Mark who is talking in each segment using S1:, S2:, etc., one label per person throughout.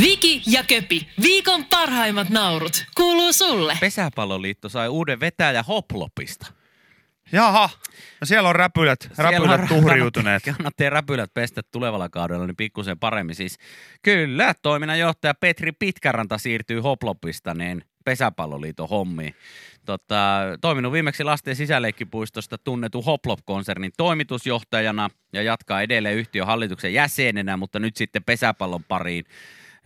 S1: Viki ja Köpi, viikon parhaimmat naurut, kuuluu sulle.
S2: Pesäpalloliitto sai uuden vetäjä Hoplopista.
S3: Jaha, no siellä on räpylät,
S2: Siellä
S3: räpylät
S2: on-
S3: tuhriutuneet.
S2: Kannattaa räpylät pestä tulevalla kaudella, niin pikkusen paremmin siis. Kyllä, toiminnanjohtaja Petri Pitkäranta siirtyy Hoplopista niin pesäpalloliiton hommiin. Tota, toiminut viimeksi lasten sisäleikkipuistosta tunnetun Hoplop-konsernin toimitusjohtajana ja jatkaa edelleen yhtiön hallituksen jäsenenä, mutta nyt sitten pesäpallon pariin,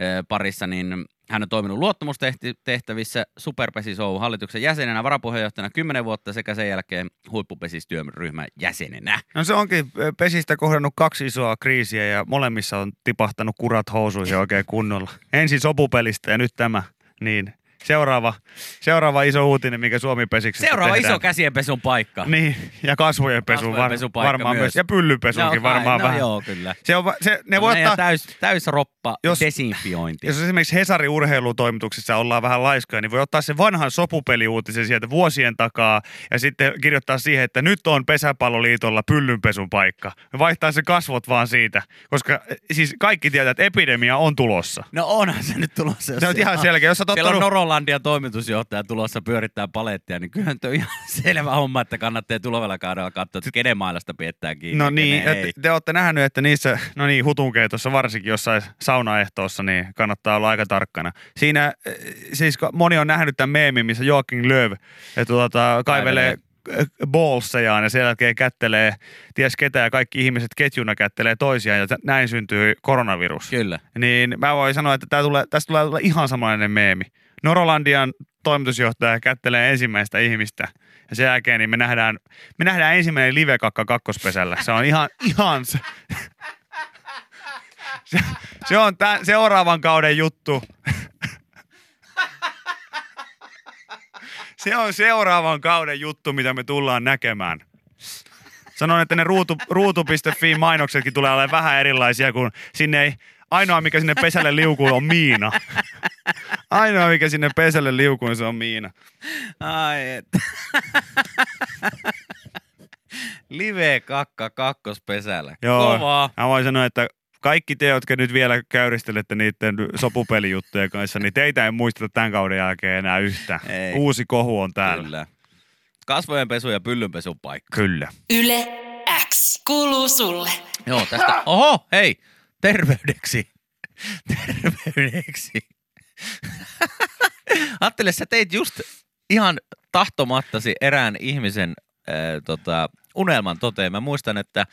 S2: ö, parissa, niin hän on toiminut luottamustehtävissä Superpesi Show hallituksen jäsenenä, varapuheenjohtajana 10 vuotta sekä sen jälkeen huippupesistyöryhmän jäsenenä.
S3: No se onkin ö, pesistä kohdannut kaksi isoa kriisiä ja molemmissa on tipahtanut kurat housuihin oikein kunnolla. Ensin sopupelistä ja nyt tämä. Niin, seuraava, seuraava iso uutinen, mikä Suomi pesiksi
S2: Seuraava
S3: tehdään.
S2: iso käsienpesun paikka.
S3: Niin, ja kasvojen pesu var,
S2: Kasvojenpesupaikka
S3: varmaan
S2: myös.
S3: myös. Ja pyllypesukin
S2: No,
S3: varmaan
S2: no,
S3: vähän.
S2: joo, No, kyllä.
S3: Se on, va- se, ne voi
S2: Meidän
S3: ottaa,
S2: täys, täys roppa
S3: Jos-
S2: desinfiointi.
S3: jos esimerkiksi Hesarin urheilutoimituksissa ollaan vähän laiskoja, niin voi ottaa sen vanhan sopupeliuutisen sieltä vuosien takaa ja sitten kirjoittaa siihen, että nyt on pesäpalloliitolla pyllynpesun paikka. Ja Vaihtaa se kasvot vaan siitä, koska eh, siis kaikki tietää, että epidemia on tulossa.
S2: No onhan se nyt tulossa. jos
S3: Se on
S2: siellä
S3: ihan selkeä. Jos sä oot
S2: Siellä on
S3: ottanut-
S2: Norolandian toimitusjohtaja tulossa pyörittää palettia, niin kyllähän tuo on ihan selvä homma, että kannattaa tulevalla kaudella katsoa, että kenen mailasta pidetään kiinni.
S3: No
S2: ja
S3: niin,
S2: kenen ei.
S3: et, te olette nähnyt, että niissä, no niin, hutunkeitossa varsinkin jossain saunaehtoossa, niin kannattaa olla aika tarkkana. Siinä eh, siis ka- moni on nähnyt tämän meemin, missä Joakim Lööv eh, tuota, kaivelee eh, ballsejaan ja sen jälkeen kättelee ties ketä ja kaikki ihmiset ketjuna kättelee toisiaan ja t- näin syntyy koronavirus.
S2: Kyllä.
S3: Niin mä voin sanoa, että tää tulee, tästä tulee tulla ihan samanlainen meemi. Norolandian toimitusjohtaja kättelee ensimmäistä ihmistä. Ja sen jälkeen niin me nähdään, me nähdään ensimmäinen livekakka kakkospesällä. Se on ihan, ihan se. Se, se on tämän seuraavan kauden juttu. Se on seuraavan kauden juttu, mitä me tullaan näkemään. Sanon, että ne ruutu, ruutu.fi mainoksetkin tulee olemaan vähän erilaisia, kun sinne ei, ainoa mikä sinne pesälle liukuu on Miina. Ainoa mikä sinne pesälle liukuu, se on Miina.
S2: Ai et. Live kakka kakkospesällä.
S3: Joo,
S2: Kovaa.
S3: mä voin sanoa, että kaikki te, jotka nyt vielä käyristelette niiden sopupelijuttujen kanssa, niin teitä ei muisteta tämän kauden jälkeen enää yhtään.
S2: Ei.
S3: Uusi kohu on täällä.
S2: Kyllä. Kasvojenpesu ja pyllynpesun paikka.
S3: Kyllä.
S1: Yle X, kuuluu sulle.
S2: Joo, tästä. Oho, hei, terveydeksi. Terveydeksi. Ajattele, sä teit just ihan tahtomattasi erään ihmisen äh, tota, unelman toteen. Mä muistan, että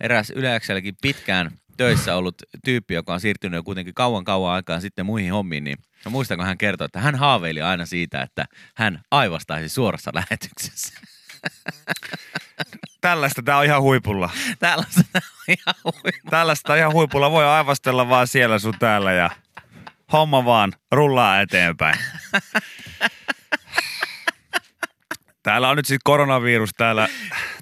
S2: eräs yleäkselläkin pitkään töissä ollut tyyppi, joka on siirtynyt jo kuitenkin kauan kauan aikaan sitten muihin hommiin, niin mä muistan, kun hän kertoi, että hän haaveili aina siitä, että hän aivastaisi suorassa lähetyksessä.
S3: Tällaista tää on ihan huipulla.
S2: Täällä on ihan huima.
S3: Tällaista ihan huipulla voi aivastella vaan siellä sun täällä ja homma vaan rullaa eteenpäin. Täällä on nyt sitten koronavirus täällä,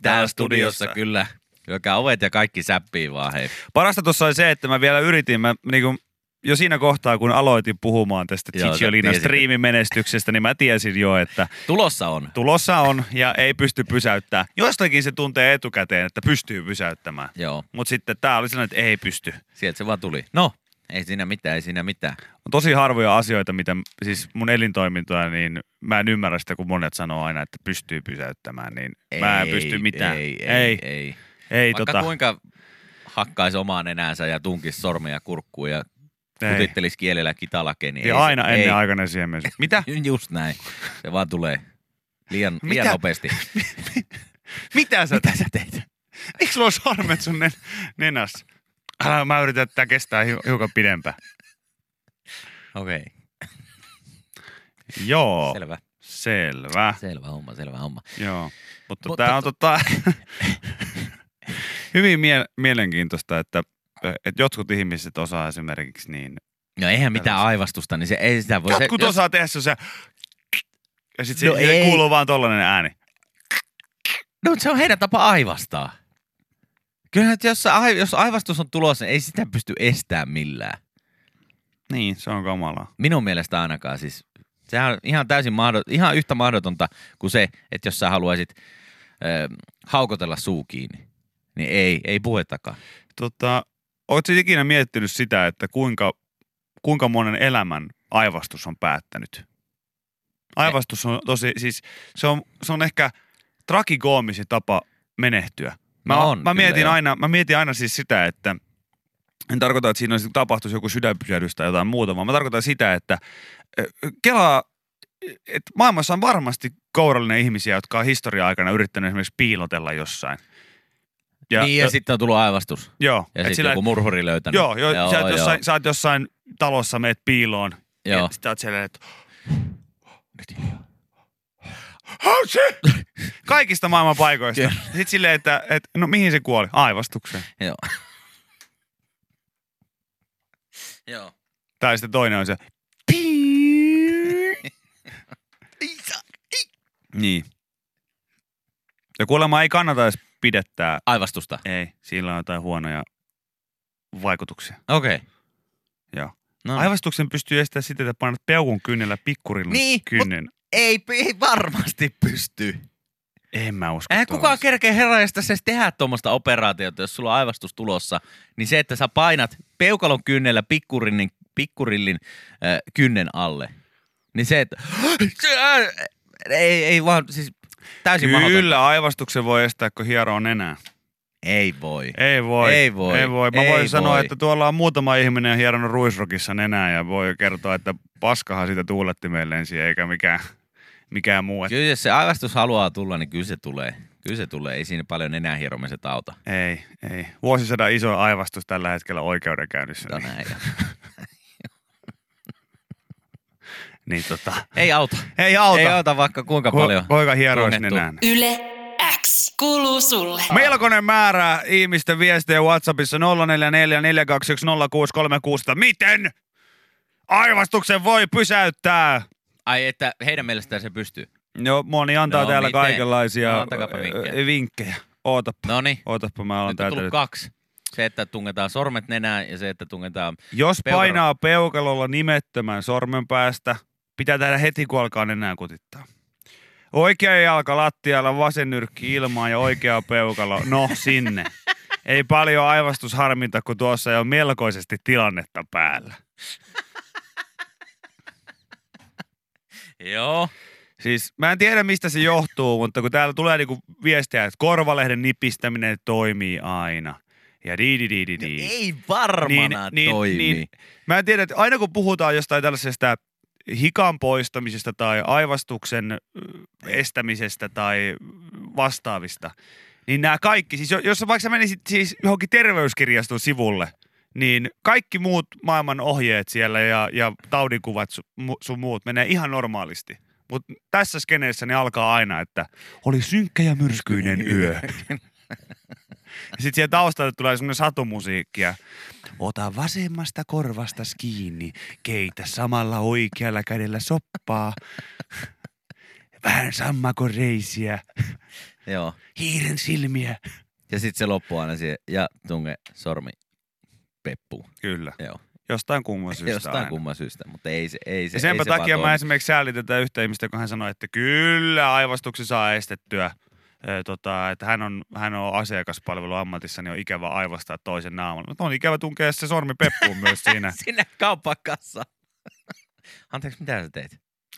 S2: täällä studiossa kyllä. Joka ovet ja kaikki säppii vaan hei.
S3: Parasta tuossa oli se, että mä vielä yritin, mä niin kuin, jo siinä kohtaa, kun aloitin puhumaan tästä
S2: Joo, sä
S3: Cicciolinan
S2: tiesit.
S3: striimimenestyksestä, niin mä tiesin jo, että
S2: Tulossa on.
S3: tulossa on ja ei pysty pysäyttämään. Jostakin se tuntee etukäteen, että pystyy pysäyttämään.
S2: Joo,
S3: Mutta sitten tää oli sellainen, että ei pysty.
S2: sieltä se vaan tuli. No, ei siinä mitään, ei siinä mitään.
S3: on tosi harvoja asioita, mitä siis mun elintoimintoja, niin mä en ymmärrä sitä, kun monet sanoo aina, että pystyy pysäyttämään, niin
S2: Ei,
S3: mä en pysty mitään.
S2: Ei, ei, ei. ei.
S3: ei
S2: Vaikka
S3: tota,
S2: kuinka hakkaisi omaan nenäänsä ja tunkisi sormia kurkkuun ja
S3: Ei.
S2: kutittelisi kielellä kitalakeen. Niin
S3: ja
S2: ei, se-
S3: aina
S2: ei.
S3: ennen aikainen siemen. Mitä?
S2: Just näin. Se vaan tulee liian, liian
S3: Mitä?
S2: nopeasti.
S3: Mitä sä?
S2: Mitä sä teit?
S3: Miksi sulla on sormet sun nen- nenässä? Älä, mä yritän, että tää kestää hiu- hiukan pidempään.
S2: Okei, okay.
S3: Joo,
S2: selvä.
S3: selvä.
S2: Selvä homma, selvä homma.
S3: Joo,
S2: Mutta
S3: mutta, mutta tämä on tota, hyvin mie- mielenkiintoista, että, että jotkut ihmiset osaa esimerkiksi niin
S2: No eihän mitään aivastusta, niin se ei sitä voi...
S3: Jotkut
S2: se,
S3: osaa tehdä se, se ja sitten
S2: No
S3: no
S2: ei.
S3: kuuluu vaan tollanen ääni.
S2: No se on heidän tapa aivastaa. Kyllähän, että jos, ai- jos aivastus on tulossa, niin ei sitä pysty estämään millään.
S3: Niin, se on kamalaa.
S2: Minun mielestä ainakaan siis. Sehän on ihan täysin mahdo, ihan yhtä mahdotonta kuin se, että jos sä haluaisit ö, haukotella suu kiinni. Niin ei, ei puhetakaan.
S3: Tota, ootko ikinä miettinyt sitä, että kuinka kuinka monen elämän aivastus on päättänyt. Aivastus on tosi, siis se on, se on ehkä tragikoomisin tapa menehtyä. Mä,
S2: No on
S3: mä,
S2: kyllä,
S3: mietin
S2: joo.
S3: aina, mä mietin aina siis sitä, että en tarkoita, että siinä olisi- tapahtuisi joku sydänpysähdys tai jotain muuta, vaan mä tarkoitan sitä, että ö, kelaa, että maailmassa on varmasti kourallinen ihmisiä, jotka on historian aikana yrittänyt esimerkiksi piilotella jossain.
S2: Ja, niin, ja sitten on tullut aivastus.
S3: joo,
S2: Ja
S3: et
S2: sitten joku murhuri löytänyt.
S3: Joo, joo, joo, sä, oot
S2: joo,
S3: jossain, sä oot jossain talossa, meet piiloon.
S2: Joo.
S3: Ja sit sä oot siellä, että... Nyt hiljaa. Hausi! Kaikista maailman paikoista.
S2: Kyllä.
S3: Sitten silleen, että, että no mihin se kuoli? Aivastukseen.
S2: Joo. joo.
S3: Tai sitten toinen on se... Niin. Ja kuulemma ei kannata edes pidettää.
S2: Aivastusta.
S3: Ei, sillä on jotain huonoja vaikutuksia.
S2: Okei. Okay.
S3: Joo.
S2: No, niin.
S3: Aivastuksen pystyy estämään sitä, että painat peukun kynnellä pikkurilla
S2: Niin,
S3: kynnen.
S2: Ei, ei varmasti pysty.
S3: En mä usko.
S2: Eihän kukaan
S3: tuollaista.
S2: kerkeä herraista se tehdä tuommoista operaatiota, jos sulla on aivastus tulossa, niin se, että sä painat peukalon kynnellä pikkurillin, pikkurillin äh, kynnen alle, niin se, että ei, ei vaan, siis täysin mahdotonta.
S3: Kyllä, aivastuksen voi estää, kun hieroo nenää.
S2: Ei voi.
S3: Ei voi.
S2: Ei voi.
S3: Ei voi. Mä
S2: Ei
S3: voin sanoa,
S2: voi.
S3: että tuolla on muutama ihminen hieronut ruisrokissa nenää ja voi kertoa, että paskahan sitä tuulettimeen lensi eikä mikään, mikään muu. Et-
S2: Kyllä jos se aivastus haluaa tulla, niin kyllä se tulee. Kyllä se tulee, ei siinä paljon enää hieromiset auta.
S3: Ei, ei. Vuosisadan iso aivastus tällä hetkellä oikeudenkäynnissä.
S2: Tää on
S3: Niin,
S2: No näin.
S3: niin tota,
S2: Ei auta.
S3: ei auta.
S2: Ei auta vaikka kuinka paljon.
S3: Ku- Kuinka hierois
S2: tunnettu.
S3: nenään.
S1: Yle X. Kuuluu sulle.
S3: Melkoinen määrä ihmisten viestejä WhatsAppissa 0444210636. Miten aivastuksen voi pysäyttää?
S2: Ai, että heidän mielestään se pystyy.
S3: No moni antaa
S2: No,
S3: no, täällä
S2: miten?
S3: miten? kaikenlaisia
S2: No, antakaapa vinkkejä.
S3: ö, vinkkejä. Ootappa,
S2: No niin.
S3: ootappa mä alan
S2: Nyt on
S3: täältä
S2: tullut
S3: nyt.
S2: kaksi. Se, että tungetaan sormet nenään ja se, että tungetaan...
S3: Jos
S2: peukalo-
S3: painaa peukalolla nimettömän sormen päästä, pitää tehdä heti kun alkaa nenää kutittaa. Oikea jalka lattialla, vasen nyrkki ilmaan ja oikea peukalo, no sinne. Ei paljon aivastusharminta, kun tuossa ei ole melkoisesti tilannetta päällä.
S2: Joo.
S3: Siis mä en tiedä mistä se johtuu, mutta kun täällä tulee niinku viestejä, että korvalehden nipistäminen toimii aina. Ja di di di di
S2: No
S3: di.
S2: ei varmana niin, toimi. Niin,
S3: Mä en tiedä, että aina kun puhutaan jostain tällaisesta hikan poistamisesta tai aivastuksen ö, estämisestä tai vastaavista, niin nämä kaikki, siis jo- jos sä vaikka sä menisit siis johonkin terveyskirjaston sivulle, niin kaikki muut maailman ohjeet siellä ja, ja taudinkuvat su- mu- sun muut menee ihan normaalisti. Mutta tässä skeneessä ne alkaa aina, että oli synkkä ja myrskyinen yö. Sitten siellä taustalla tulee semmoinen satumusiikkia. Ota vasemmasta korvasta kiinni, keitä samalla oikealla kädellä soppaa. Vähän sammakoreisiä,
S2: Joo.
S3: hiiren silmiä.
S2: Ja sitten se loppuu aina siihen. Ja tunge sormi peppuun.
S3: Kyllä,
S2: Joo.
S3: jostain kumman syystä
S2: Jostain
S3: aina.
S2: kumman syystä, mutta ei se ei se,
S3: Ja senpä
S2: ei se vaan
S3: takia mä
S2: toimi.
S3: esimerkiksi säälin tätä yhtä ihmistä, kun hän sanoi, että kyllä aivastuksen saa estettyä. Ö, Tota, että hän on, hän on asiakaspalveluammatissa, niin on ikävä aivastaa toisen naaman. Mutta on ikävä tunkea se sormi peppuun myös siinä.
S2: Sinne kauppakassa. Anteeksi, mitä sä teit?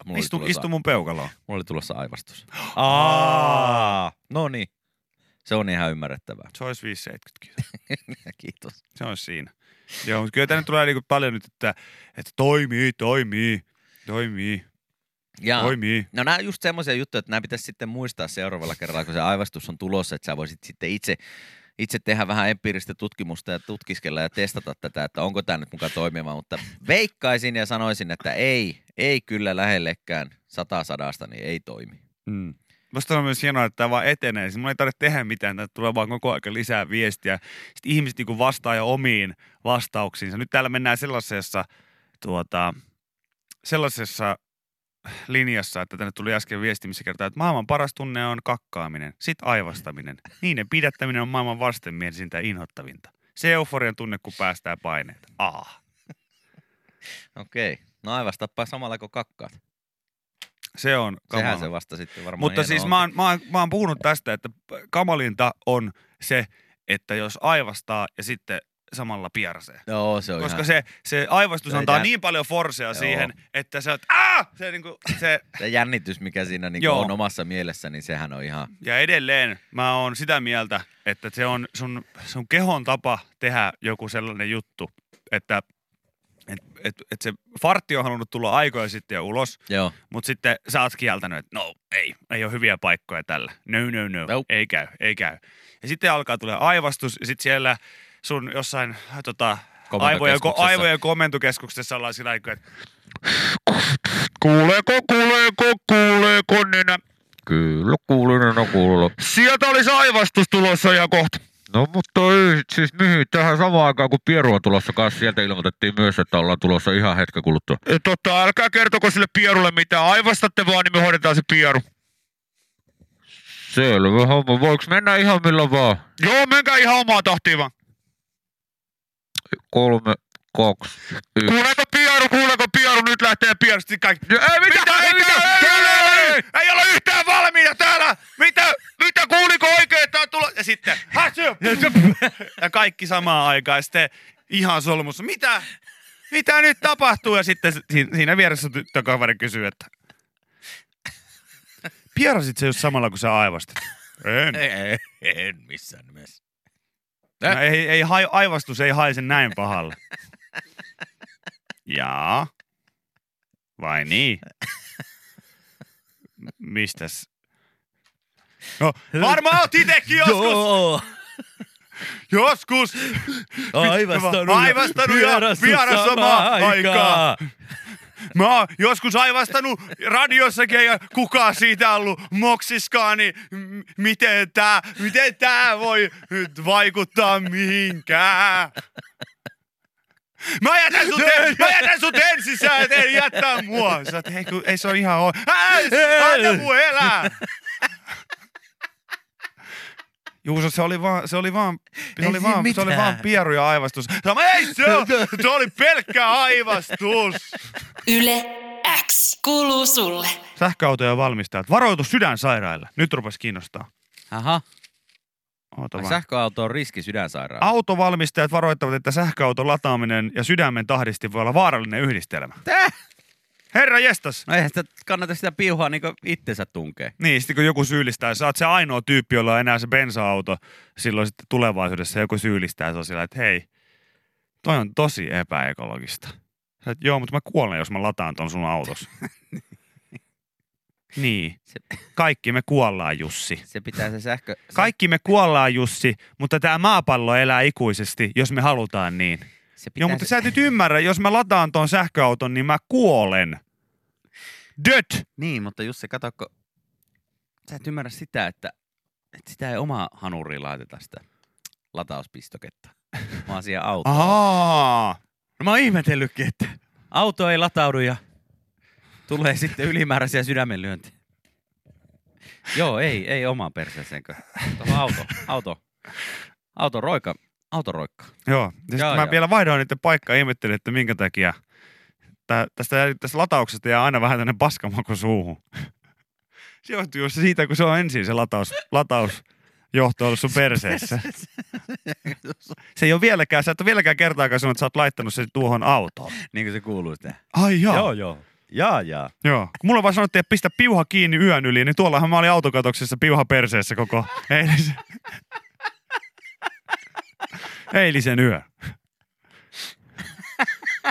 S2: Mulla,
S3: Istu,
S2: oli, tulossa,
S3: istu mun peukaloon.
S2: mulla oli tulossa aivastus.
S3: Aa.
S2: No niin. Se on ihan ymmärrettävää.
S3: Se olisi 570.
S2: Kiitos.
S3: Se on siinä. Joo, mutta kyllä tänne tulee niinku paljon nyt, että, että toimii, toimii, toimii,
S2: Ja,
S3: toimii.
S2: No nämä on just semmoisia juttuja, että nämä pitäisi sitten muistaa seuraavalla kerralla, kun se aivastus on tulossa, että sä voisit sitten itse, itse tehdä vähän empiiristä tutkimusta ja tutkiskella ja testata tätä, että onko tämä nyt mukaan toimiva, mutta veikkaisin ja sanoisin, että ei, ei kyllä lähellekään sata sadasta, niin ei toimi.
S3: Mm. Musta on myös hienoa, että tämä vaan etenee. Siis mun ei tarvitse tehdä mitään, tämä tulee vaan koko ajan lisää viestiä. Sitten ihmiset niinku vastaa jo omiin vastauksiinsa. Nyt täällä mennään sellaisessa, tuota, sellaisessa linjassa, että tänne tuli äsken viesti, missä kertaa, että maailman paras tunne on kakkaaminen, sit aivastaminen. Niiden pidättäminen on maailman vastenmielisintä ja inhottavinta. Se euforian tunne, kun päästään paineet. Ah.
S2: Okei, no aivastappa samalla kuin kakkaat.
S3: Se on
S2: Sehän
S3: kamala.
S2: se vasta sitten varmaan
S3: Mutta
S2: hieno
S3: siis
S2: on.
S3: mä oon, mä, oon, mä oon puhunut tästä, että kamalinta on se, että jos aivastaa ja sitten samalla pieraseen.
S2: Joo, se on
S3: Koska
S2: ihan,
S3: se, se aivostus
S4: Se
S3: antaa
S4: jä-
S3: niin paljon forsea
S4: Joo.
S3: siihen, että sä oot, aah! Se, niinku, se,
S4: Se jännitys, mikä siinä
S2: niinku
S4: niin
S3: Joo.
S4: on omassa mielessä, niin sehän on ihan...
S3: ja edelleen mä oon sitä mieltä, että se on sun, sun kehon tapa tehdä joku sellainen juttu, että et, et, et se fartti on halunnut tulla aikoja sitten ja ulos,
S4: Joo.
S3: mutta sitten sä oot kieltänyt, että no ei, ei ole hyviä paikkoja tällä. No, no, no,
S4: Nope.
S3: ei käy, ei käy. Ja sitten alkaa tulla aivastus ja sitten siellä sun jossain tota, aivojen, ko-
S4: Komentokeskuksessa.
S3: aivojen komentokeskuksessa ollaan sillä aikaa, että kuuleeko, kuuleeko, kuuleeko, nenä.
S4: niin? Kyllä, kuulin, no kuulin.
S3: Sieltä olisi aivastus tulossa ja kohta.
S4: No mutta ei, siis mihin tähän samaan aikaan, kun Pieru on tulossa kanssa, sieltä ilmoitettiin myös, että ollaan tulossa ihan hetken kuluttua.
S3: E, Tota, älkää kertoko sille pierulle mitään, aivastatte vaan, niin me hoidetaan se pieru.
S4: Selvä homma, voiko mennä ihan milloin vaan?
S3: Joo, menkää ihan omaa tahtiin vaan.
S4: Kolme, kaksi, yksi.
S3: Kuuleeko pieru, kuuleeko pieru, nyt lähtee pieru. Sitten kaikki,
S4: No ei
S3: Mitä?
S4: mitään, ei
S3: Ei,
S4: mitään,
S3: ei, ei,
S4: ei,
S3: ei, ei olla yhtään valmiina täällä! Mitä? Mitä kuuliko oikein, että on tulossa? Ja sitten, häsy! Ja kaikki samaan aikaan. Ja sitten ihan solmussa. Mitä? Mitä nyt tapahtuu? Ja sitten si- siinä vieressä tyttökaveri kysyy, että Pierasit se just samalla, kun sä aivastit? En.
S4: ei, ei, en missään nimessä.
S3: No, ei, ei hai, aivastus ei haise näin pahalle. Jaa. Vai niin? M- Mistäs? No, varmaan oot itekin joskus. joskus.
S4: Aivastanut,
S3: Aivastanut ja vieras samaan aikaan. Mä oon joskus aivastanut radiossakin ja kukaan siitä ollut moksiskaan, niin m- miten tää, miten tää voi nyt vaikuttaa mihinkään? Mä jätän sut, en, mä jätän sut ensin, sä et ei jättää mua. Sä oot, ei, kun, ei se on ihan oikein. Anna mun elää! Juuso, se oli vaan, se oli vaan, se
S4: Ei
S3: oli
S4: siinä
S3: vaan, se oli
S4: mitään.
S3: vaan pieru ja aivastus. Sä, mä, ei se, on- se oli pelkkä aivastus.
S1: Yle X. Kuuluu sulle.
S3: Sähköautojen valmistajat. Varoitus sydänsairaille. Nyt rupesi kiinnostaa.
S2: Aha,
S3: Oota
S2: Ai
S3: vaan.
S2: sähköauto on riski sydänsairaalaan.
S3: Autovalmistajat varoittavat, että sähköauton lataaminen ja sydämen tahdisti voi olla vaarallinen yhdistelmä.
S2: Täh?
S3: Herra jestas!
S2: No eihän sitä kannata sitä piuhaa niin itsensä tunkee.
S3: Niin, sitten kun joku syyllistää, sä oot se ainoa tyyppi, jolla on enää se bensa-auto silloin sitten tulevaisuudessa, joku syyllistää, se on sillä, että hei, toi on tosi epäekologista. Sä oot, joo, mutta mä kuolen, jos mä lataan ton sun autos. niin. Kaikki me kuollaan, Jussi.
S2: Se pitää se sähkö...
S3: Kaikki me kuollaan, Jussi, mutta tämä maapallo elää ikuisesti, jos me halutaan niin.
S2: se, se pitää
S3: Joo, mutta sä et nyt ymmärrä, jos mä lataan ton sähköauton, niin mä kuolen. Döt!
S2: Niin, mutta Jussi, katokko, sä et ymmärrä sitä, että, että sitä ei oma hanuriin laiteta sitä latauspistoketta, vaan siihen autoon.
S3: Aa,
S2: No mä oon ihmetellytkin, että auto ei lataudu ja tulee sitten ylimääräisiä sydämenlyöntejä. Joo, ei, ei oma perseeseenkö. Tuohon auto, auto, auto roika, auto roikka.
S3: Joo,
S2: Joo,
S3: ja joo, mä
S2: joo.
S3: joo. vielä vaihdoin niiden paikkaa ja ihmettelin, että minkä takia tää, tästä, tästä latauksesta jää aina vähän tänne paskamaku suuhun. Se johtuu just siitä, kun se on ensin se lataus, latausjohto ollut sun perseessä. Se ei ole vieläkään, sä et ole vieläkään kertaakaan sanonut, että sä oot laittanut sen tuohon autoon.
S2: niin kuin se kuuluu sitä.
S3: Ai joo. joo.
S2: joo. Jaa, jaa.
S3: Joo. Kun mulle vaan sanottiin, että pistä piuha kiinni yön yli, niin tuollahan mä olin autokatoksessa piuha perseessä koko eilisen, eilisen yö.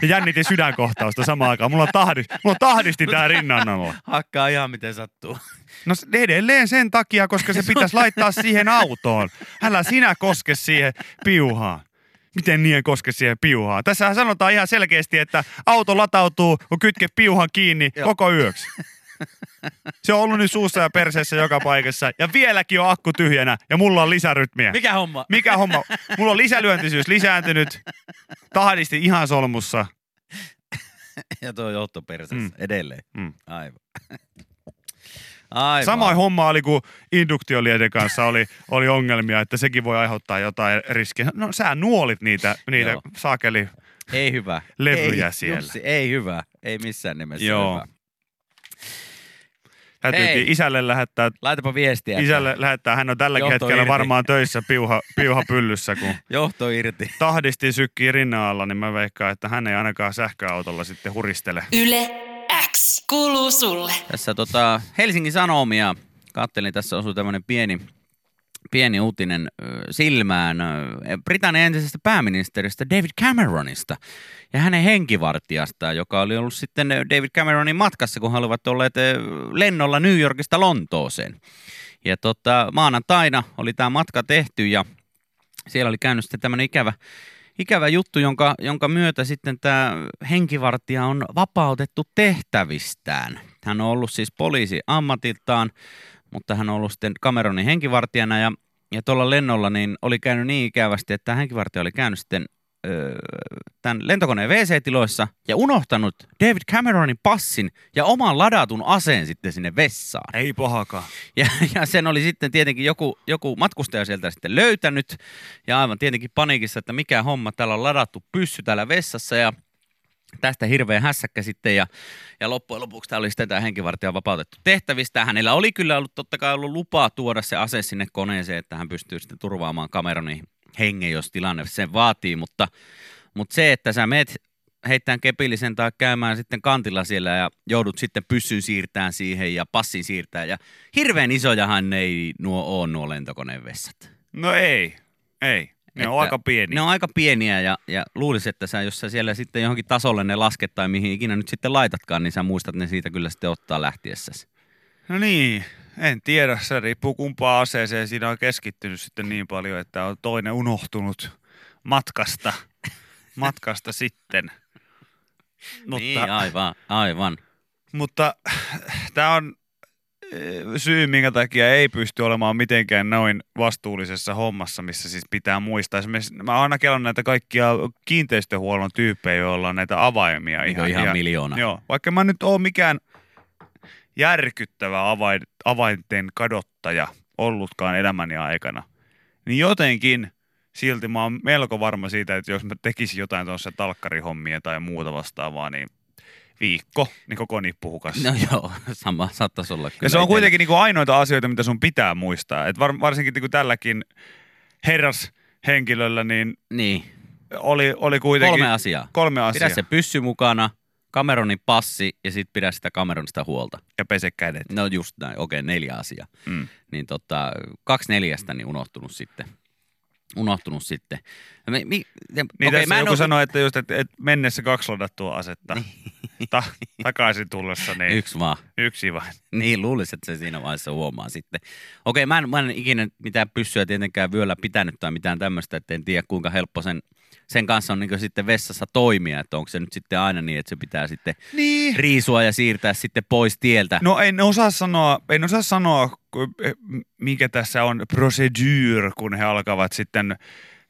S3: Ja jännitin sydänkohtausta samaan aikaan. Mulla, on tahdi, mulla on tahdisti tää rinnan alla.
S2: Hakkaa ihan miten sattuu.
S3: No se- edelleen sen takia, koska se pitäisi laittaa siihen autoon. Älä sinä koske siihen piuhaan. Miten niin en koske siihen piuhaan? Tässähän sanotaan ihan selkeästi, että auto latautuu, kun kytke piuhan kiinni
S2: Joo.
S3: koko yöksi. Se on ollut nyt suussa ja perseessä joka paikassa. Ja vieläkin on akku tyhjänä ja mulla on lisärytmiä.
S2: Mikä homma?
S3: Mikä homma? Mulla on lisälyöntisyys lisääntynyt. Tahdisti ihan solmussa.
S2: Ja tuo johto perseessä mm. edelleen.
S3: Mm.
S2: Aivan. Aivan.
S3: Samoin homma oli, kun induktiolieden kanssa oli, oli ongelmia, että sekin voi aiheuttaa jotain riskejä. No sä nuolit niitä, niitä
S2: Joo.
S3: saakeli.
S2: Ei hyvä.
S3: Levyjä
S2: ei,
S3: siellä.
S2: Jussi, ei hyvä. Ei missään nimessä
S3: Joo.
S2: hyvä.
S3: Täytyykin
S2: Hei.
S3: isälle lähettää,
S2: Laitapa viestiä. että
S3: isälle lähettää, hän on tälläkin
S2: Johto
S3: hetkellä
S2: irti.
S3: varmaan töissä piuha, piuha pyllyssä, kun
S2: Johto irti.
S3: tahdisti sykkii rinnan alla, niin mä veikkaan, että hän ei ainakaan sähköautolla sitten huristele.
S1: Yle X. Kuuluu sulle.
S2: Tässä tota, Helsingin Sanomia kattelin, tässä osui tämmöinen pieni, pieni uutinen ö, silmään ö, Britannian entisestä pääministeristä David Cameronista ja hänen henkivartijastaan, joka oli ollut sitten David Cameronin matkassa, kun he olivat olleet ö, lennolla New Yorkista Lontooseen. Ja tota, maanantaina oli tämä matka tehty ja siellä oli käynyt sitten tämmöinen ikävä, ikävä juttu, jonka, jonka myötä sitten tämä henkivartija on vapautettu tehtävistään. Hän on ollut siis poliisi ammatiltaan, mutta hän on ollut sitten Cameronin henkivartijana ja, ja tuolla lennolla niin oli käynyt niin ikävästi, että tämä henkivartija oli käynyt sitten öö, tämän lentokoneen WC-tiloissa ja unohtanut David Cameronin passin ja oman ladatun aseen sitten sinne vessaan.
S3: Ei pahakaan.
S2: Ja, ja sen oli sitten tietenkin joku, joku matkustaja sieltä sitten löytänyt. Ja aivan tietenkin paniikissa, että mikä homma, täällä on ladattu pyssy täällä vessassa ja tästä hirveä hässäkkä sitten ja, ja loppujen lopuksi tämä oli sitten tämä henkivartija vapautettu tehtävistä. Hänellä oli kyllä ollut totta kai ollut lupa tuoda se ase sinne koneeseen, että hän pystyy sitten turvaamaan Cameronin hengen, jos tilanne sen vaatii, mutta, mutta se, että sä meet heittämään kepillisen tai käymään sitten kantilla siellä ja joudut sitten pyssyn siirtään siihen ja passin siirtään ja hirveän isojahan ei nuo oo nuo lentokoneen vessat.
S3: No ei, ei. Ne on
S2: Että-
S3: aika pieni.
S2: Ne on aika pieniä ja, ja luulisi, että sä, jos sä siellä sitten johonkin tasolle ne lasket tai mihin ikinä nyt sitten laitatkaan, niin sä muistat ne siitä kyllä sitten ottaa lähtiessäsi.
S3: No niin, en tiedä. Se riippuu kumpaan aseeseen. Siinä on keskittynyt sitten niin paljon, että on toinen unohtunut matkasta, matkasta sitten. Mutta,
S2: Niin, aivan, aivan.
S3: mutta tämä on eh, syy, minkä takia ei pysty olemaan mitenkään noin vastuullisessa hommassa, missä siis pitää muistaa. Esimerkiksi mä oon aina kelannut näitä kaikkia kiinteistöhuollon tyyppejä, joilla on näitä avaimia.
S2: Ihan, Niin no ihan miljoona.
S3: Joo, vaikka mä nyt oon mikään järkyttävä avain, avainten kadottaja ollutkaan elämäni aikana, niin jotenkin silti mä oon melko varma siitä, että jos mä tekisin jotain tuossa talkkarihommia tai muuta vastaavaa, niin viikko, niin koko nippu hukas.
S2: No joo, sama saattaisi olla kyllä.
S3: ja se on
S2: itsellä.
S3: kuitenkin niin kuin ainoita asioita, mitä sun pitää muistaa. Et var, varsinkin niin kuin tälläkin herras henkilöllä, niin
S2: Niin,
S3: oli, oli kuitenkin
S2: kolme asiaa.
S3: kolme asiaa.
S2: Pidä se pyssy mukana, Cameronin passi ja sitten pidä sitä Cameronista huolta.
S3: Ja pese kädet.
S2: No just näin, okei, neljä asiaa.
S3: Mm.
S2: Niin tota, kaksi neljästä niin unohtunut sitten. Unohtunut sitten. Mi, mi, niin
S3: Niin okay, tässä joku sanoi, että just, että, että mennessä kaksi ladattua asetta. Ta- takaisin tullessa, niin
S2: Niin. Yksi vaan.
S3: yksi vain.
S2: Niin, luulisi, että se siinä vaiheessa huomaa sitten. Okei, mä en, mä en ikinä mitään pyssyä tietenkään vyöllä pitänyt tai mitään tämmöistä, että en tiedä kuinka helppo sen, sen kanssa on niin sitten vessassa toimia, että onko se nyt sitten aina niin, että se pitää sitten
S3: Niin.
S2: riisua ja siirtää sitten pois tieltä.
S3: No en osaa sanoa, en osaa sanoa, ku- eh, mikä tässä on procedure, kun he alkavat sitten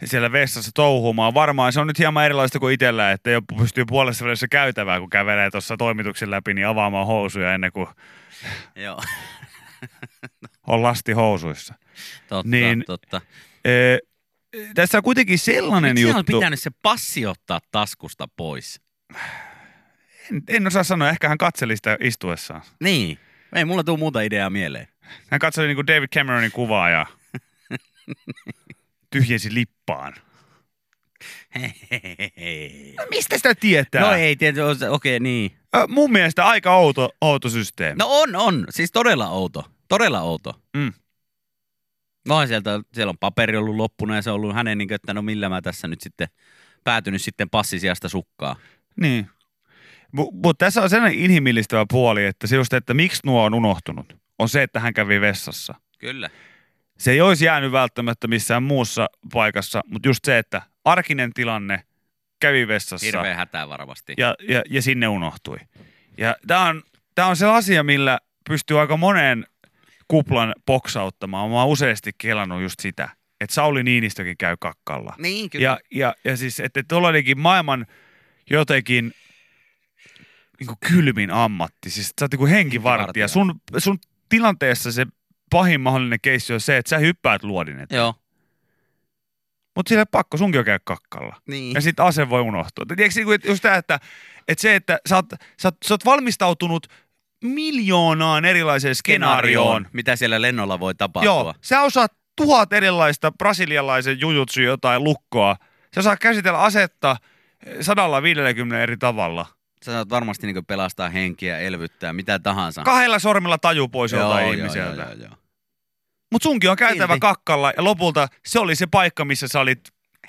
S3: siellä vessassa touhumaan. Varmaan se on nyt hieman erilaista kuin itsellä, että jo pystyy puolessa välissä käytävää, kun kävelee tuossa toimituksen läpi, niin avaamaan housuja ennen kuin
S2: Joo,
S3: on lasti housuissa.
S2: totta,
S3: Niin.
S2: totta.
S3: Ee, e, tässä on kuitenkin sellainen
S2: Miksi on
S3: juttu.
S2: pitänyt se passi ottaa taskusta pois?
S3: En, en osaa sanoa, ehkä hän katseli sitä istuessaan.
S2: Niin, ei mulla tule muuta ideaa mieleen.
S3: Hän katsoi niin kuin David Cameronin kuvaa ja tyhjensi lippaan. No mistä sitä tietää?
S2: No ei, tietysti, okei, niin.
S3: Ö, Mun mielestä aika outo, outo systeemi.
S2: No on, on. Siis todella outo. Todella outo.
S3: Mm.
S2: No on sieltä, siellä on paperi ollut loppuna ja se on ollut hänen niin kuin, että no millä mä tässä nyt sitten päätynyt sitten passisiasta sukkaa.
S3: Niin. Mutta tässä on sellainen inhimillistävä puoli, että se just, että miksi nuo on unohtunut, on se, että hän kävi vessassa.
S2: Kyllä.
S3: Se ei olisi jäänyt välttämättä missään muussa paikassa, mutta just se, että arkinen tilanne kävi vessassa.
S2: Hirveä hätää varmasti.
S3: ja, ja, ja sinne unohtui. Ja tämä on, tää on se asia, millä pystyy aika moneen kuplan boksauttamaan. Mä oon useasti kelannut just sitä, että Sauli Niinistökin käy kakkalla.
S2: Niin, kyllä.
S3: Ja, ja, ja siis, että tuollainenkin maailman jotenkin niin kuin kylmin ammatti. Siis sä oot niin kuin henkivartija.
S2: Henkivartija.
S3: Sun, sun tilanteessa se pahin mahdollinen keissi on se, että sä hyppäät luodin eteen.
S2: Joo,
S3: Mutta sillä ei pakko, sunkin on käy kakkalla.
S2: niin.
S3: Ja sit ase voi unohtua. Tiedätkö, niinku, et just tämä, että, että se, että sä oot, sä, oot, sä oot valmistautunut miljoonaan erilaiseen skenaarioon.
S2: Mitä siellä lennolla voi tapahtua.
S3: Joo, sä osaat tuhat erilaista brasilialaisen jujutsu jotain lukkoa. Sä osaat käsitellä asetta 150 eri tavalla.
S2: Sä saat varmasti niin pelastaa henkiä, elvyttää, mitä tahansa.
S3: Kahdella sormella taju pois joltain ihmiseltä.
S2: joo, joo.
S3: Mutta sunkin on käytävä
S2: Silti.
S3: kakkalla ja lopulta se oli se paikka, missä sä olit,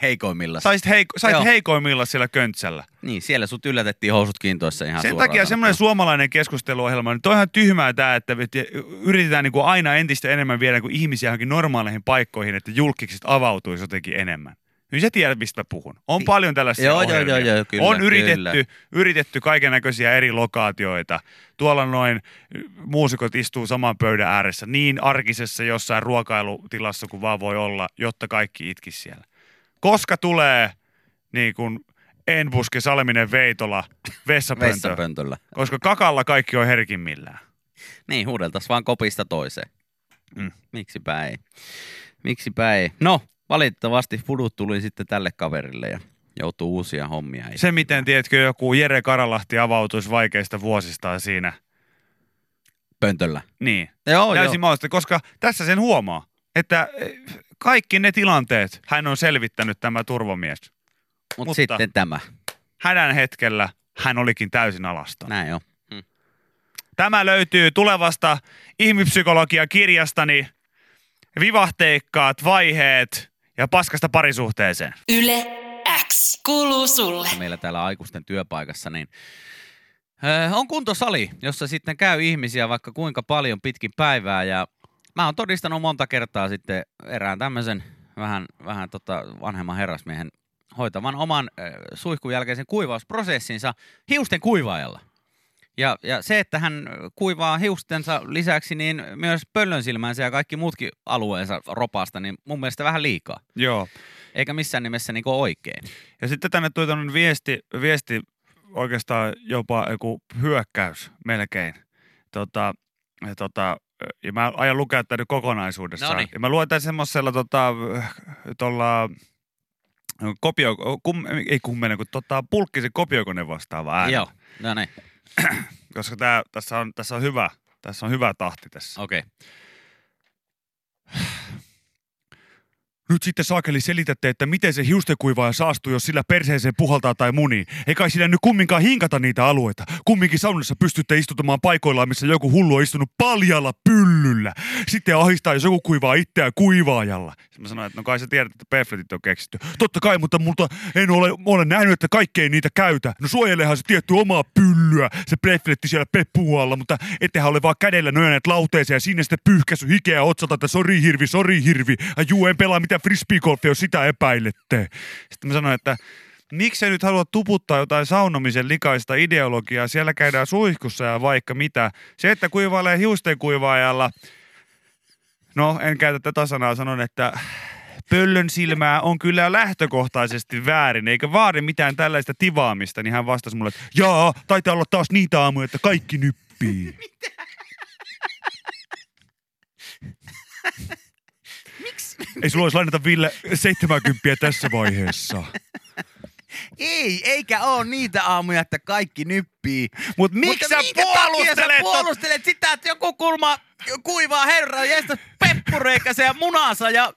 S2: Heikoimmillaan.
S3: saisit heiko, sait
S2: Joo.
S3: heikoimmilla siellä köntsällä.
S2: Niin, siellä sut yllätettiin housut kiintoissa ihan
S3: Sen
S2: suoraan
S3: takia semmoinen suomalainen keskusteluohjelma, niin toi on ihan tyhmää tämä, että vet- yritetään niinku aina entistä enemmän viedä kuin ihmisiä johonkin normaaleihin paikkoihin, että julkikset avautuisi jotenkin enemmän. Nyt sä tiedät, mistä mä puhun. On
S2: Niin.
S3: paljon tällaisia
S2: Joo, joo,
S3: ohjelmia.
S2: joo, joo, kyllä,
S3: on yritetty,
S2: kyllä.
S3: yritetty kaiken näköisiä eri lokaatioita. Tuolla noin y, muusikot istuu saman pöydän ääressä niin arkisessa jossain ruokailutilassa kuin vaan voi olla, jotta kaikki itkisi siellä. Koska tulee niin kuin Enbuske, Salminen, Veitola, vessapöntö,
S2: Vessapöntöllä.
S3: koska kakalla kaikki on herkimmillään.
S2: Niin, huudeltaisiin vaan kopista toiseen.
S3: Mm.
S2: Mm. Miksipä ei. Miksipä ei. No, valitettavasti fudut tuli sitten tälle kaverille ja joutuu uusia hommia.
S3: Se, miten tiedätkö, joku Jere Karalahti avautuisi vaikeista vuosistaan siinä.
S2: Pöntöllä.
S3: Niin.
S2: Oh, Joo, joo.
S3: täysin mahdollista, koska tässä sen huomaa, että eh, kaikki ne tilanteet hän on selvittänyt tämä turvamies.
S2: Mut
S3: mutta-
S2: mutta sitten tämä.
S3: Hädän hetkellä hän olikin täysin alasta.
S2: Näin on.
S3: Tämä löytyy tulevasta ihmipsykologia kirjastani Vivahteikkaat vaiheet ja paskasta parisuhteeseen.
S1: Yle X. Kuuluu sulle.
S2: meillä täällä aikuisten työpaikassa, niin öö, on kuntosali, jossa sitten käy ihmisiä vaikka kuinka paljon pitkin päivää ja mä oon todistanut monta kertaa sitten erään tämmöisen vähän, vähän tota vanhemman herrasmiehen hoitavan oman öö, suihkun jälkeisen kuivausprosessinsa hiusten kuivaajalla. Ja, ja se, että hän kuivaa hiustensa lisäksi, niin myös pöllön silmänsä ja kaikki muutkin alueensa ropaasta, niin mun mielestä vähän liikaa.
S3: Joo.
S2: Eikä missään nimessä niinku oikein.
S3: Ja sitten tänne tuli tämmöinen viesti, viesti oikeastaan jopa joku hyökkäys melkein. Tota, ja tota, ja mä aion lukea tämän nyt kokonaisuudessaan.
S2: Noniin.
S3: Ja mä luen tämän semmoisella tota, tuolla kopio, kum, ei kummenen, kun tota, pulkkisen kopiokone vastaava ääni.
S2: Joo, no niin,
S3: Koska tää, tässä, on, tässä on hyvä, tässä on hyvä tahti tässä.
S2: okei.
S3: Nyt sitten saakeli selitätte, että miten se hiustekuivaaja saastuu, jos sillä perseeseen puhaltaa tai munii. Ei kai sillä nyt kumminkaan hinkata niitä alueita. Kumminkin saunassa pystytte istutumaan paikoillaan, missä joku hullu on istunut paljalla pyllyllä. Sitten ahistaa, jos joku kuivaa itseään kuivaajalla. Sitten mä sanoin, että no kai sä tiedät, että pefletit on keksitty. Totta kai, mutta multa en ole, mä olen nähnyt, että kaikki ei niitä käytä. No suojelehan se tietty omaa pyllyä, se pefletti siellä peppuun alla, mutta ettehän ole vaan kädellä nojaneet lauteeseen ja sinne sitten pyyhkäsy hikeä otsalta, että sori hirvi, sori hirvi. Ai juu, en pelaa mitään frisbeegolfia, jos sitä epäilette. Sitten mä sanoin, että miksi nyt halua tuputtaa jotain saunomisen likaista ideologiaa, siellä käydään suihkussa ja vaikka mitä. Se, että kuivailee hiusten kuivaajalla, no en käytä tätä sanaa, sanon, että pöllön silmää on kyllä lähtökohtaisesti väärin, eikä vaadi mitään tällaista tivaamista, niin hän vastasi mulle, että jaa, taitaa olla taas niitä aamuja, että kaikki nyppii. Ei sulla olisi lainata Ville 70 tässä vaiheessa.
S2: Ei, eikä oo niitä aamuja, että kaikki nyppii.
S3: Mut miksi
S2: Mutta
S3: sä
S2: minkä takia
S3: puolustelet
S2: Sä
S3: tot-
S2: puolustelet sitä, että joku kulma kuivaa herra jästä peppureikänsä ja munansa ja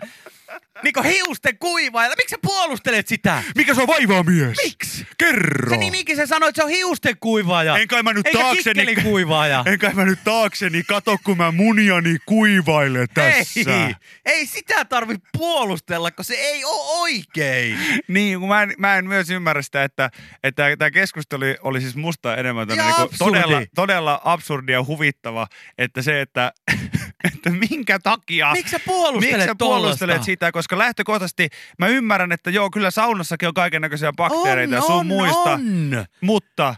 S2: niinku hiusten kuivaajalla. Miksi sä puolustelet sitä?
S3: Mikä se on vaivaamies?
S2: Miksi?
S3: Kerro!
S2: Se nimikin se sanoi, että se on hiusten kuivaaja.
S3: En kai mä nyt niin-
S2: Eikä
S3: taakseni-
S2: kikkelin kuivaaja.
S3: En kai mä nyt taakseni kato, kun mä muniani kuivaile tässä.
S2: Ei, ei sitä tarvi puolustella, kun se ei oo oikein.
S3: Niin, kun mä en, mä en myös ymmärrä sitä, että, että tämä keskustelu oli siis musta enemmän tämmönen
S2: Ja
S3: niinku
S2: absurdi.
S3: todella, todella absurdi ja huvittava, että se, että, että minkä takia...
S2: Miksi sä puolustelet
S3: Miksi sä puolustelet
S2: tollasta?
S3: sitä, koska lähtökohtaisesti mä ymmärrän, että joo, kyllä saunassakin on kaiken näköisiä bakteereita ja sun
S2: on,
S3: muista,
S2: on.
S3: mutta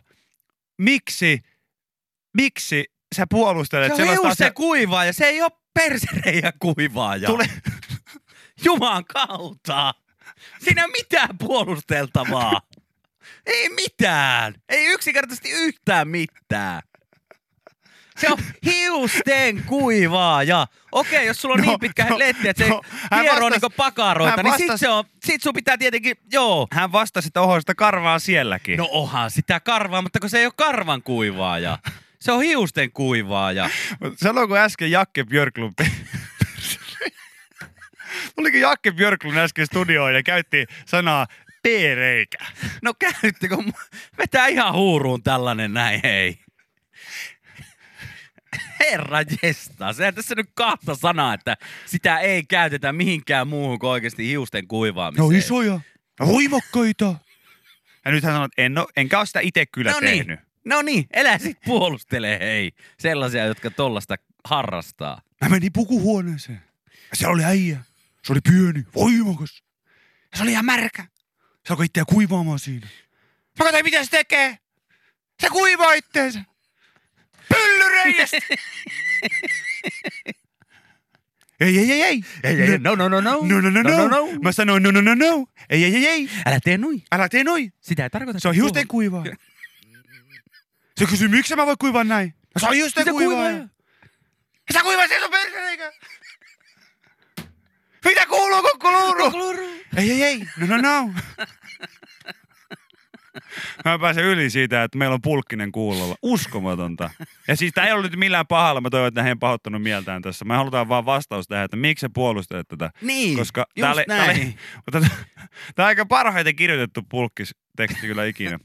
S3: miksi, miksi sä puolustelet
S2: Se on
S3: sellaista
S2: hiusten
S3: asiaa-
S2: kuivaaja, se ei oo persereijä kuivaaja.
S3: Tule,
S2: Juman kautta. Siinä ei ole mitään puolusteltavaa. Ei mitään. Ei yksinkertaisesti yhtään mitään. Se on hiusten kuivaaja. Okei, jos sulla on
S3: No,
S2: no, niin pitkä
S3: no,
S2: no, letti, että se
S3: no,
S2: no,
S3: hän
S2: hieroo
S3: vastas-
S2: niinku pakaroita,
S3: hän
S2: niin sit,
S3: vastas-
S2: se on, sit sun pitää tietenkin, joo.
S3: Hän vastasi, että oho, sitä karvaa sielläkin.
S2: No ohan sitä karvaa, mutta kun se ei ole karvan kuivaaja. Se on hiusten kuivaaja.
S3: Mut Sanoiko äsken Jakke Björklund? pe- Tulikin Jakke Björklund äsken studioon ja käytti sanaa P-reikä.
S2: No käyttikö? Vetää ihan huuruun tällainen näin, hei. Herra jesta, sehän tässä nyt kahta sanaa, että sitä ei käytetä mihinkään muuhun kuin oikeasti hiusten kuivaamiseen.
S3: No huimakkaita. Ja nyt hän sanoo, että en oo, enkä ole sitä itse kyllä
S2: no
S3: tehnyt.
S2: Niin, no niin, elä sit puolustele, hei. Sellaisia, jotka tollasta harrastaa.
S3: Mä menin pukuhuoneeseen. Ja siellä oli äijä. Se oli pieni, voimakas. Ja se oli ihan märkä. Se alkoi itseä kuivaamaan siinä. Mä katsoin, mitä se tekee. Se kuivaa itteensä. Pyllyreijästä. ei, ei, ei, ei.
S2: no, no, no, no.
S3: No, no, no, no, no. Mä sanoin, no, no, no, no. Ei, ei, ei, ei.
S2: Älä tee noin.
S3: Älä tee noin.
S2: Sitä ei tarkoita.
S3: Se on hiusten kuivaa. Se kysyi, miksi mä voin kuivaa näin? No, se on hiusten kuivaa. Sä kuivasit sun persereikä! Mitä kuuluu, kukkuluuru? Ei, ei, ei. No, no, no. Mä pääsen yli siitä, että meillä on pulkkinen kuulolla. Uskomatonta. Ja siis tämä ei ollut nyt millään pahalla. Mä toivon, että he ei pahoittanut mieltään tässä. Mä halutaan vaan vastaus tähän, että miksi sä puolustelet tätä.
S2: Niin,
S3: Koska
S2: just
S3: tää oli, tää
S2: näin.
S3: oli, mutta tää on aika parhaiten kirjoitettu pulkkis teksti kyllä ikinä.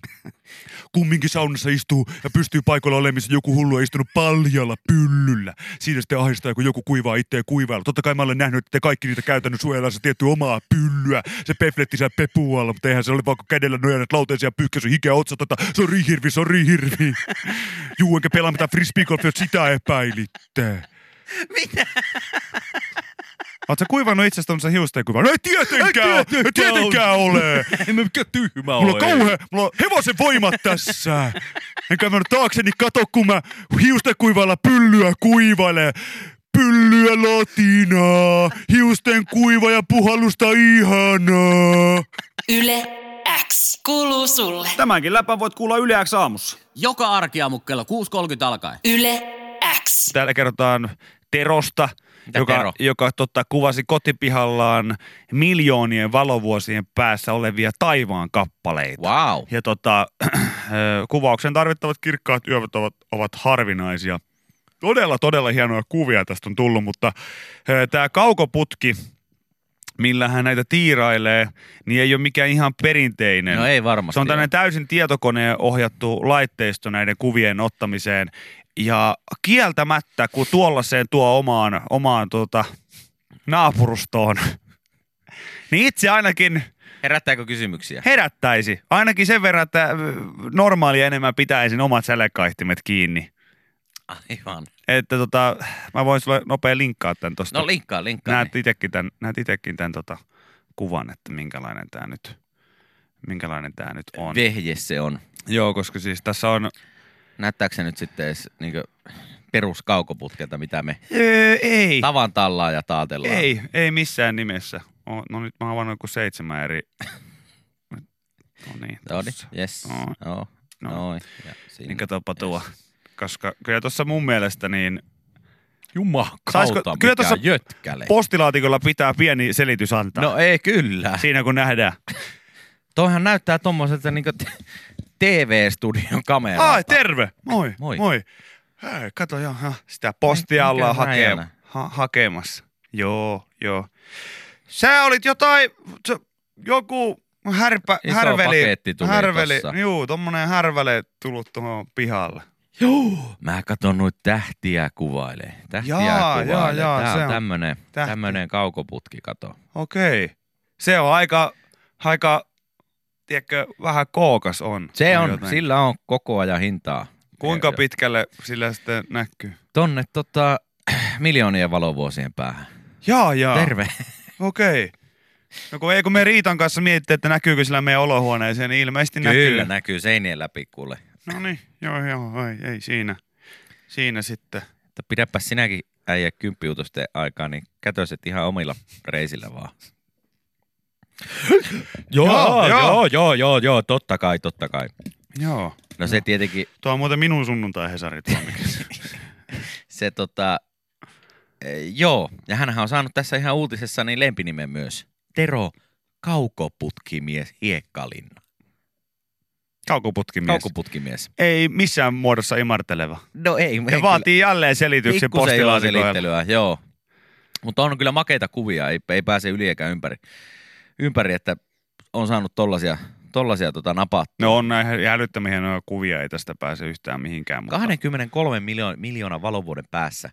S3: Kumminkin saunassa istuu ja pystyy paikoilla olemaan, missä joku hullu on istunut paljalla pyllyllä. Siinä sitten ahdistaa, kun joku kuivaa itseä kuivailla. Totta kai mä olen nähnyt, että te kaikki niitä käytännön suojellaan se tietty omaa pyllyä. Se pefletti siellä pepualla, mutta eihän se oli vaikka kädellä nojannut lauteeseen ja pyyhkäsy hikeä otsat, että sori hirvi, sori hirvi. Juu, enkä pelaa mitään frisbeegolfia, jos sitä epäilitte.
S2: Mitä?
S3: Oletko kuivannut itsestä tuommoisen hiusteen kuivan? No ei tietenkään, ei tietenkään, tietenkään ole.
S2: En mä mikään tyhmä
S3: Mulla on kauhean, mulla on hevosen voimat tässä. Enkä mä nyt taakseni kato, kun mä hiusten kuivalla pyllyä kuivailen. Pyllyä latinaa, hiusten kuiva ja puhallusta ihanaa.
S1: Yle X. Kuuluu sulle.
S5: Tämänkin läpän voit kuulla Yle X aamussa.
S2: Joka arkiaamu kello 6.30 alkaen.
S1: Yle X.
S3: Täällä kerrotaan Terosta,
S2: Mitä
S3: joka,
S2: Tero?
S3: joka tota, kuvasi kotipihallaan miljoonien valovuosien päässä olevia taivaan kappaleita.
S2: Wow.
S3: Ja tota, ö, kuvauksen tarvittavat kirkkaat yöt ovat, ovat harvinaisia. Todella, todella hienoja kuvia tästä on tullut, mutta tämä kaukoputki, millä hän näitä tiirailee, niin ei ole mikään ihan perinteinen.
S2: No ei varmasti.
S3: Se on
S2: ole.
S3: tällainen täysin tietokoneen ohjattu laitteisto näiden kuvien ottamiseen. Ja kieltämättä, kun tuollaiseen tuo omaan, omaan tuota, naapurustoon, niin itse ainakin –
S2: Herättääkö kysymyksiä?
S3: Herättäisi. Ainakin sen verran, että ö, normaalia enemmän pitäisin omat sälekaihtimet kiinni.
S2: Aivan.
S3: Että tota, mä voin sulle nopea linkkaa tämän tosta.
S2: No linkkaa, linkkaa.
S3: näet itekin tämän, näet itekin tämän tota, kuvan, että minkälainen tämä nyt, minkälainen tää nyt on.
S2: Vehje se on.
S3: Joo, koska siis tässä on...
S2: Näyttääkö se nyt sitten edes niinku peruskaukoputkelta, mitä me
S3: Öö, ei.
S2: tavan tallaan ja taatellaan?
S3: Ei, ei missään nimessä. O, no nyt mä oon avannut joku seitsemän eri... No niin.
S2: Noni,
S3: tossa.
S2: yes.
S3: Noin.
S2: No.
S3: Noin.
S2: Noin. Ja siinä.
S3: Niin katsopa tuo. Koska kyllä tuossa mun mielestä niin
S2: Jumakauta,
S3: Saisiko- kyllä tossa-
S2: jötkäle.
S3: postilaatikolla pitää pieni selitys antaa.
S2: No ei kyllä.
S3: Siinä kun nähdään.
S2: Toihan näyttää tommoselta niinku t- TV-studion kameralta.
S3: Ai, terve! Moi,
S2: Moi.
S3: moi. moi. Hei, kato, joo, joo, sitä postia ollaan
S2: Mikä
S3: hake-
S2: Raijana?
S3: ha- hakemassa. Joo, joo. Sä olit jotain, sä, joku härpä,
S2: Iso
S3: härveli,
S2: paketti tuli
S3: härveli,
S2: tossa.
S3: juu, tommonen härvele tullut tuohon pihalle.
S2: Joo. Mä katson noita tähtiä kuvailee. Tähtiä
S3: Jaa,
S2: kuvailee.
S3: jaa, jaa,
S2: Tää
S3: se
S2: on,
S3: on
S2: tämmönen,
S3: tähti.
S2: tämmönen kaukoputki, kato.
S3: Okei. Se on aika, aika, tiedätkö, vähän kookas on.
S2: Se on,
S3: jotenkin.
S2: sillä on koko ajan hintaa.
S3: Kuinka
S2: Ja-
S3: pitkälle sillä sitten näkyy?
S2: Tonne tota, miljoonien valovuosien päähän.
S3: Jaa, jaa.
S2: Terve.
S3: Okei. No kun ei kun me Riitan kanssa mietitte, että näkyykö sillä meidän olohuoneeseen, niin ilmeisesti
S2: Kyllä,
S3: näkyy.
S2: näkyy seinien läpi kuule.
S3: No niin, joo joo, ei, ei siinä. Siinä sitten.
S2: Mutta pidäpä sinäkin äijä kymppiutosten aikaa, niin kätöset ihan omilla reisillä vaan. joo,
S3: Joo, joo.
S2: joo, joo, joo, totta kai, totta kai.
S3: Joo.
S2: No se tietenkin,
S3: Tuo on muuten minun sunnuntai Hesari tuo, mikä se-
S2: se tota, eh, joo, ja hänhän on saanut tässä ihan uutisessa niin lempinimen myös. Tero Kaukoputkimies Hiekkalinna.
S3: Kaukoputkimies.
S2: Kaukoputkimies.
S3: Ei missään muodossa imarteleva.
S2: No ei.
S3: Ja vaatii jälleen selityksen
S2: pikkusen joo
S3: postilaatikoilla.
S2: selittelyä, joo. Mutta on kyllä makeita kuvia, ei, ei pääse yli eikä ympäri, ympäri että on saanut tollasia, tollasia tota napaa.
S3: No on näin hälyttämiä nuo kuvia, ei tästä pääse yhtään mihinkään. Mutta
S2: 23 miljoon, miljoonan valovuoden päässä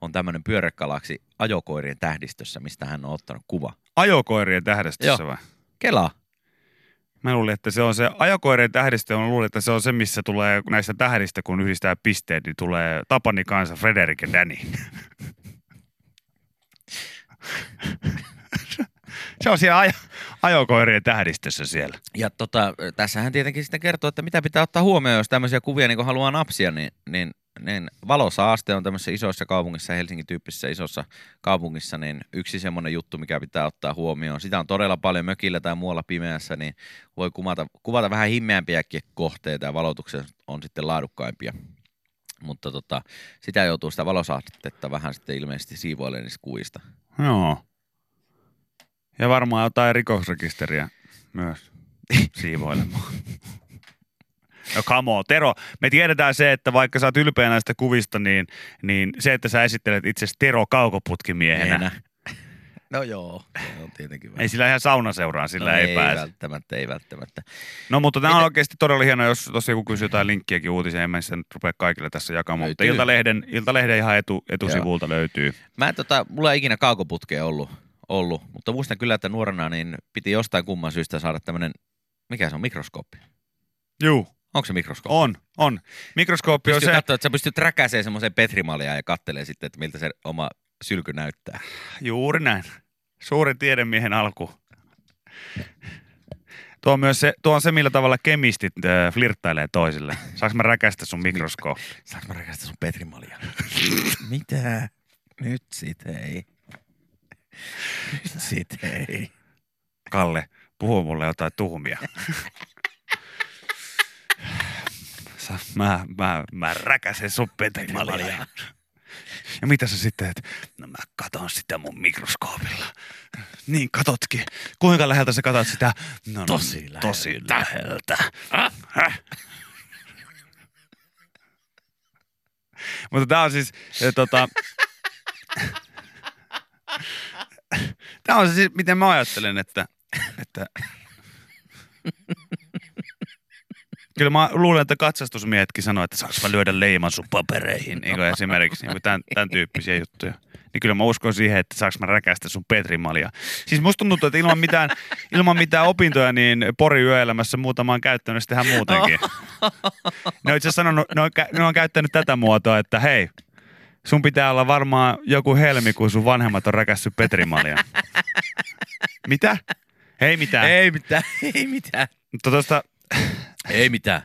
S2: on tämmöinen pyörekalaksi ajokoirien tähdistössä, mistä hän on ottanut kuva.
S3: ajokoirien tähdistössä
S2: Joo.
S3: vai?
S2: Kela.
S3: Mä luulin, että se on se ajokoirien tähdistö, mä luulin, että se on se, missä tulee näistä tähdistä, kun yhdistää pisteet, niin tulee Tapani kanssa Frederik ja Danny. se on siellä ajo- ajokoirien tähdistössä siellä.
S2: Ja tota, tässähän tietenkin sitten kertoo, että mitä pitää ottaa huomioon, jos tämmöisiä kuvia niin haluaa napsia, niin, niin, niin valosaaste on tämmöisissä isoissa kaupungissa, Helsingin tyyppisissä isossa kaupungissa, niin yksi semmoinen juttu, mikä pitää ottaa huomioon. Sitä on todella paljon mökillä tai muualla pimeässä, niin voi kuvata, kuvata vähän himmeämpiäkin kohteita ja valotukset on sitten laadukkaimpia. Mutta tota, sitä joutuu sitä valosaastetta vähän sitten ilmeisesti siivoilemaan niistä kuista.
S3: Joo. Ja varmaan jotain rikosrekisteriä myös siivoilemaan. No come on, Tero, me tiedetään se, että vaikka sä oot ylpeä näistä kuvista, niin, niin se, että sä esittelet itse Tero kaukoputkimiehenä,
S2: Miehenä. No joo, se on tietenkin vähän-
S3: Ei sillä ihan saunaseuraan, sillä
S2: no
S3: ei,
S2: ei
S3: pääse.
S2: välttämättä, ei välttämättä.
S3: No mutta tämä on
S2: Mitä-
S3: oikeasti todella hienoa, jos tosiaan joku kysyy jotain linkkiäkin uutiseen, en mä sitä nyt rupea kaikille tässä jakamaan, mutta
S2: Löytyy.
S3: Iltalehden, Iltalehden ihan etu, etusivulta löytyy.
S2: Mä en tota, mulla ei ikinä kaukoputkea ollut, ollut, mutta muistan kyllä, että nuorena niin piti jostain kumman syystä saada tämmönen, mikä se on, mikroskooppi.
S3: Juu,
S2: Onko se mikroskooppi?
S3: on, on. Mikroskooppi on
S2: Pystyy
S3: se,
S2: katsoa, että sä pystyt räkäseen semmoiseen petrimaljaan ja kattelee sitten, että miltä se oma sylky näyttää.
S3: juuri näin, suuri tiedemiehen alku. Tuo on myös se, tuo on se millä tavalla kemistit äh, flirttailee toisille. Saanko mä räkästä sun mikroskooppi?
S2: Saanko mä räkästä sun petrimaljaa? Mitä? Nyt sit ei. Nyt sit ei.
S3: Kalle, puhu mulle jotain tuhmia. Sä, mä, mä, mä räkäsen sun petrimalia. Ja mitä sä sitten, et? no mä katon sitä mun mikroskoopilla. Niin katotkin. Kuinka läheltä sä katot sitä? No, no,
S2: Tosi läheltä.
S3: Tosi läheltä. Häh? Mutta tää on siis, eh, tota, Tämä on siis, miten mä ajattelen, että... että Kyllä mä luulen, että katsastusmiehetkin sanoo, että saanko mä lyödä leiman sun papereihin, niin kuin esimerkiksi niin kuin tämän, tämän, tyyppisiä juttuja. Niin kyllä mä uskon siihen, että saanko mä räkästä sun Petrimalia. Siis musta tuntuu, että ilman mitään, ilman mitään opintoja, niin Pori yöelämässä muutama on käyttänyt sitä ihan muutenkin. Ne on itse asiassa sanonut, ne on, kä- ne on käyttänyt tätä muotoa, että hei, sun pitää olla varmaan joku helmi, kun sun vanhemmat on räkässyt Petrimalia. Mitä? Ei mitään.
S2: Ei mitään, ei mitään.
S3: Mutta tuosta
S2: Ei mitään.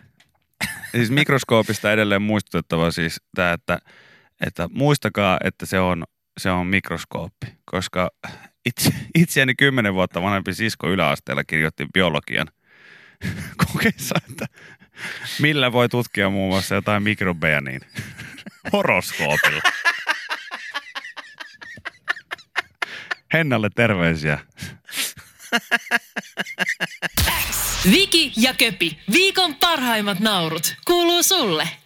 S3: siis mikroskoopista edelleen muistutettava siis tämä, että, että muistakaa, että se on, se on mikroskooppi, koska itse, itseäni kymmenen vuotta vanhempi sisko yläasteella kirjoitti biologian kokeessa, että millä voi tutkia muun muassa jotain mikrobeja niin horoskoopilla. Hennalle terveisiä.
S1: Viki ja Köpi, viikon parhaimmat naurut, kuuluu sulle.